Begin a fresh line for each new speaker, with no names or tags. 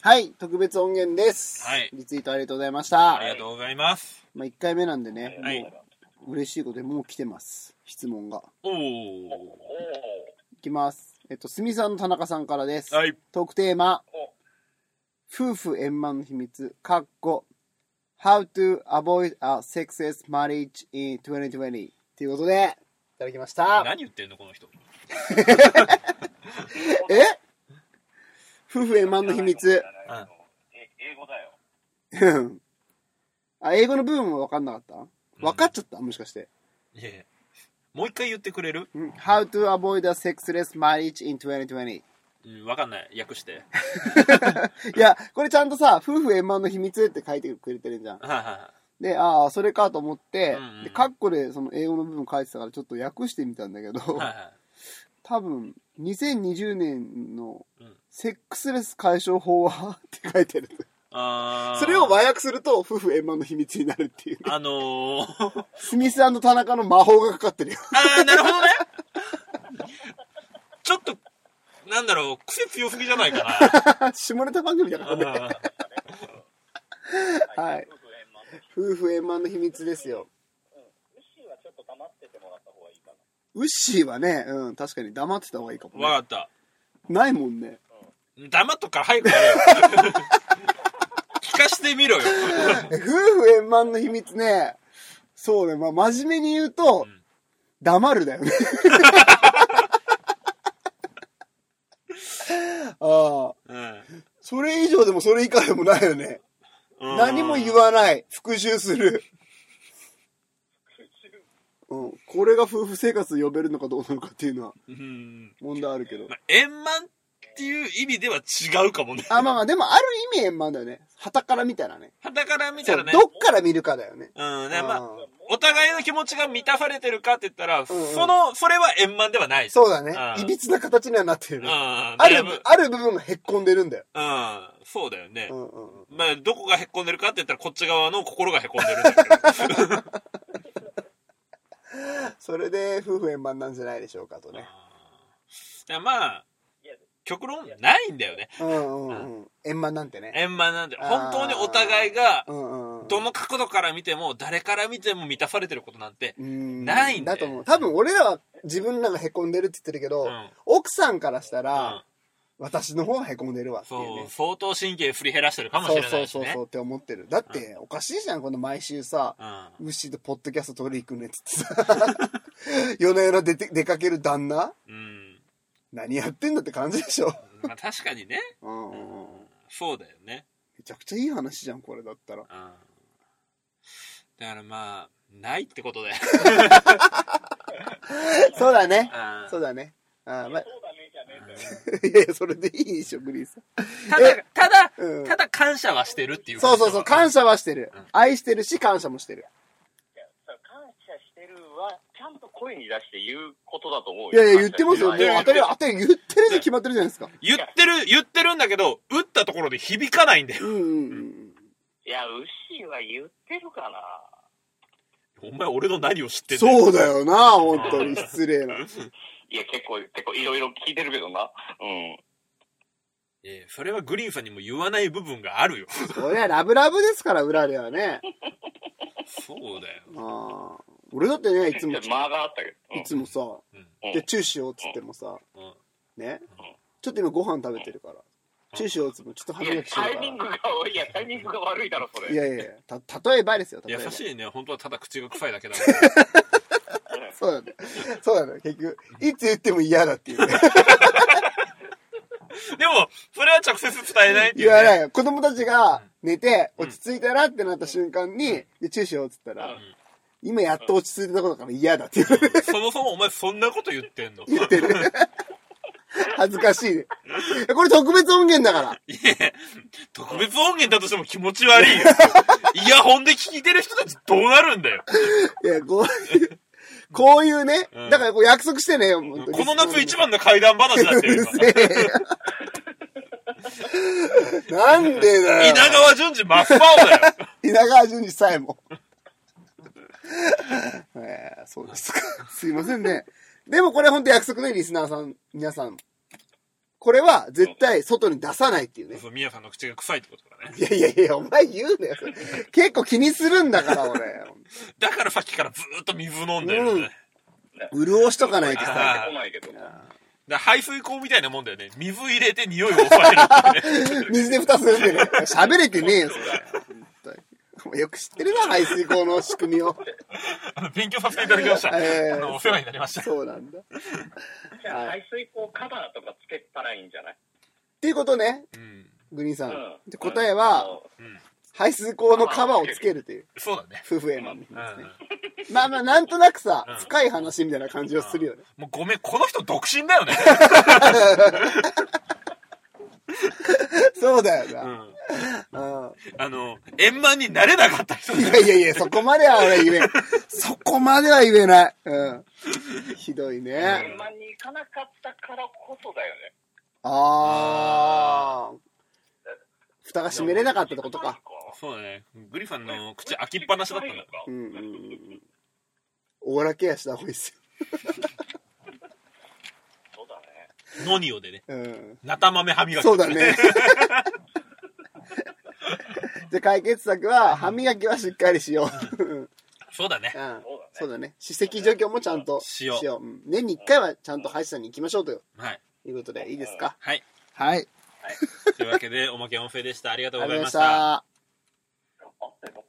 はい、特別音源です。
はい
リツイートありがとうございました。
ありがとうございます。
まあ、1回目なんでね、
はい
もう嬉しいことでもう来てます。質問が。
おお。
いきます。えっと、すみさんの田中さんからです。
はい。
トークテーマ
お、
夫婦円満の秘密、かっこ、How to avoid a sexless marriage in 2020ということで、いただきました。
何言ってんのこの人。
え夫婦円満の秘密。
うん
え英語だよ。
あ、英語の部分も分かんなかった分かっちゃったもしかして。
いやいやもう一回言ってくれる？
うん How to avoid a sexless marriage in 2020
うん、わかんない。訳 して。
いや、これちゃんとさ、夫婦円満の秘密って書いてくれてるじゃん。
はいはいは
で、ああ、それかと思って、
うんうん
で、カッコでその英語の部分書いてたからちょっと訳してみたんだけど、
い。はいは
多分、2020年の
うん
セックスレス解消法はって書いてある。
い。あー
それを和訳すると、夫婦円満の秘密になるっていう、ね。
あのー、
スミス田中の魔法がかかってるよ。
あー、なるほどね。ちょっと、なんだろう、癖強すぎじゃな いか
下ネタ番組だか
な。
ら
うん
ね。はい。
夫婦円満の。
夫婦円満の秘密ですよ。
ウッシーはちょっと黙っててもらった方がいいかな。
ウッシーはね、うん、確かに黙ってた方がいいかも、ね。
わかった。
ないもんね。
黙っとくから早くや れよ。聞かしてみろよ。
夫婦円満の秘密ね、そうね、まあ、真面目に言うと、
ん
黙るだよね。 ああ、
うん。
それ以上でもそれ以下でもないよね。
うん
何も言わない。復讐する。うん、これが夫婦生活で呼べるのかどうなのかっていうのは
うん。
問題あるけど
ま。あ、円満っていう意味では違うかもね。
あ、まあまあ、でもある意味円満だよね。旗から見たらね。
肌から見
そ
た
う
らね。
どっから見るかだよね。
うん、ね、まあ、
うん
お互いの気持ちが満たされてるかって言った
ん
ら、
うん
その、それは円満ではない。
そうだね。
うん
いびつな形にはなってる
うん。
ね。
あ
ある、ある部分がへっこんでるんだよ。
うん、そうだよね
う。んうんうん。
まあ、どこがへっこんでるかって言ったら、こっち側の心がへこんでるんだけ ど。
それで夫婦円満なんじゃないでしょうかとね。
いやまあ、極論ないんだよね。
うんうんうん。円満なんてね。
円満なんて。
あー
本当にお互いが
う、んうんうん。
どの角度から見ても、誰から見ても満たされてることなんて。
うん
ないんだ
だ
よ
と思う。多分俺らは自分らがへこんでるって言ってるけど、
うん
奥さんからした
う
ら
ん、
私の方がへこんでるわっていう
そう、
ね。
相当神経振り減らしてるかもし
そ
れ
う
な
そう
いし
そう
ね
そ。うって思ってる。だって、おかしいじゃん、この毎週さ、
うん
ウッシーとポッドキャスト取り行くねっつってさ、 夜な夜な出て出かける旦那
うん。
何やってんだって感じでしょ。
まあ確かにね。
うんうんうん。
そうだよね。
めちゃくちゃいい話じゃん、これだったら。
うん。だからまあ、ないってことだよ。
そうだね。
うん
そうだね。あー まあ、
そうだねじゃねえんだよ。
いやいや、それでいいでしょ、グリーンさん。
ただ、ただ、
うん
ただ感謝はしてるっていう。
そうそうそう、感
謝。
謝はしてる
うん。
愛してるし、感謝もしてる。
感謝してるは、ちゃんと声に出して言うことだと思う
い
よ。
やいや、言ってますよ。もう
感謝
当
してる
たり、当たり、言ってるで決まってるじゃないですか。
言ってる、言ってるんだけど、打ったところで響かないんだよ。
うんうんうん。
いや、ウッシーは言ってるかな。
お前俺の何を知ってんだよ。
そうだよな、本当に。失礼な。
いや、結構、結構いろいろ聞いてるけどな。うん。
ええそれはグリーンさんにも言わない部分があるよ。
そりゃ、ラブラブですから、裏ではね。
そうだよ。
あー俺だってね、いつも、
ちょっと間があったけど。うん
いつもさ、
うん。
で、チューしようっつってもさ、
うん。
ね。ちょっと今ご飯食べてるから。チューしようっつっても、ちょっと歯
いや
磨きしよ
タ
う
イ
か
ミング
ら。
が、いや、タイミングが悪いだろ、それ。
いやいやいや、た、例えばですよ、例えば
優。しいね。本当はただ口が臭いだけだから。
そうなんだよ。そうなんだよ。結局、い つ言っても嫌だっていう、ね。
でも、それは直接伝えないってい
言
う、ね。
わないよ。子供たちが寝て、落ち着いたらってなった瞬間に、で、チューしようって言ったら、今やっと落ち着いたとこだから嫌だっていう。
そもそもお前そんなこと言ってんの。
言ってる。恥ずかしいね。これ特別音源だから。
いえ特別音源だとしても気持ち悪い よ。イヤホンで聞いてる人たちどうなるんだよ。
いや、こういう、こういうね。
うん
だからこう約束してね、本当に
この夏一番の怪談話だっ
う
てよ、
る
今。
せえよ。なんでだよ。
稲川淳二真っ青だよ。
稲川淳二さえも。えーそうですか。すいませんね。でもこれ本当約束ね、リスナーさん、皆さん。これは絶対外に出さないっていうね。
そう、ミヤさんの口が臭いってことだね。
いやいやいや、お前言うなよ。それ結構気にするんだから、俺。
だからさっきからずーっと水飲んでるよね。
うん潤しとかないと
伝
さ。
わってこないけど。
だから排水口みたいなもんだよね。水入れて匂いを抑えるっていうね。
水で蓋するんでね。喋れてねえよ、それ。本当にお前よく知ってるな、排水口の仕組みを。
あの勉強させていただきました。
えー
あの、お世話になりました。
そうなんだ。っ
じゃあ、排水口カバーとかつけたらいいんじゃない
ていうことね、
うん。
グリーンさん。
うん
で答えは、
う
う
ん。
排水口のカバーをつけるという、
そうだね。
夫婦円満の秘
う
密ね。
ん。
まあまあ、なんとなくさ
うん、
深い話みたいな感じをするよね。
もうごめん、この人独身だよね。
そうだ
う
よ
ん。
な。うん。
あの、円満になれなかった人
いやいやいや、そこまでは俺言えん。そこまでは言えない。うん。ひどいね。
円満に行かなかったからこそだよね。
あー。蓋が閉めれなかったってことか。
そうだね。グリファンの口開きっぱなしだったんだ。
うんうんうんうん。オーラケアした方がいいっす
そうだね。
ノニオでね。
よ。うん。
なた豆歯磨き。
そうだ ね。で、解決策は、歯磨きはしっかりしよう。うん。
そうだね。
うん
そうだね
そうだね。歯石除去もちゃんと
しよう
うん年に1回はちゃんと歯医者さんに行きましょうと
はい。
いうことで、いいですか
はい。
はい。
というわけで、おまけ音声でした。ありがとう
あ
ご
りがとうご
ざ
ざ
い
い
ま
ま
し。
したた。
あでも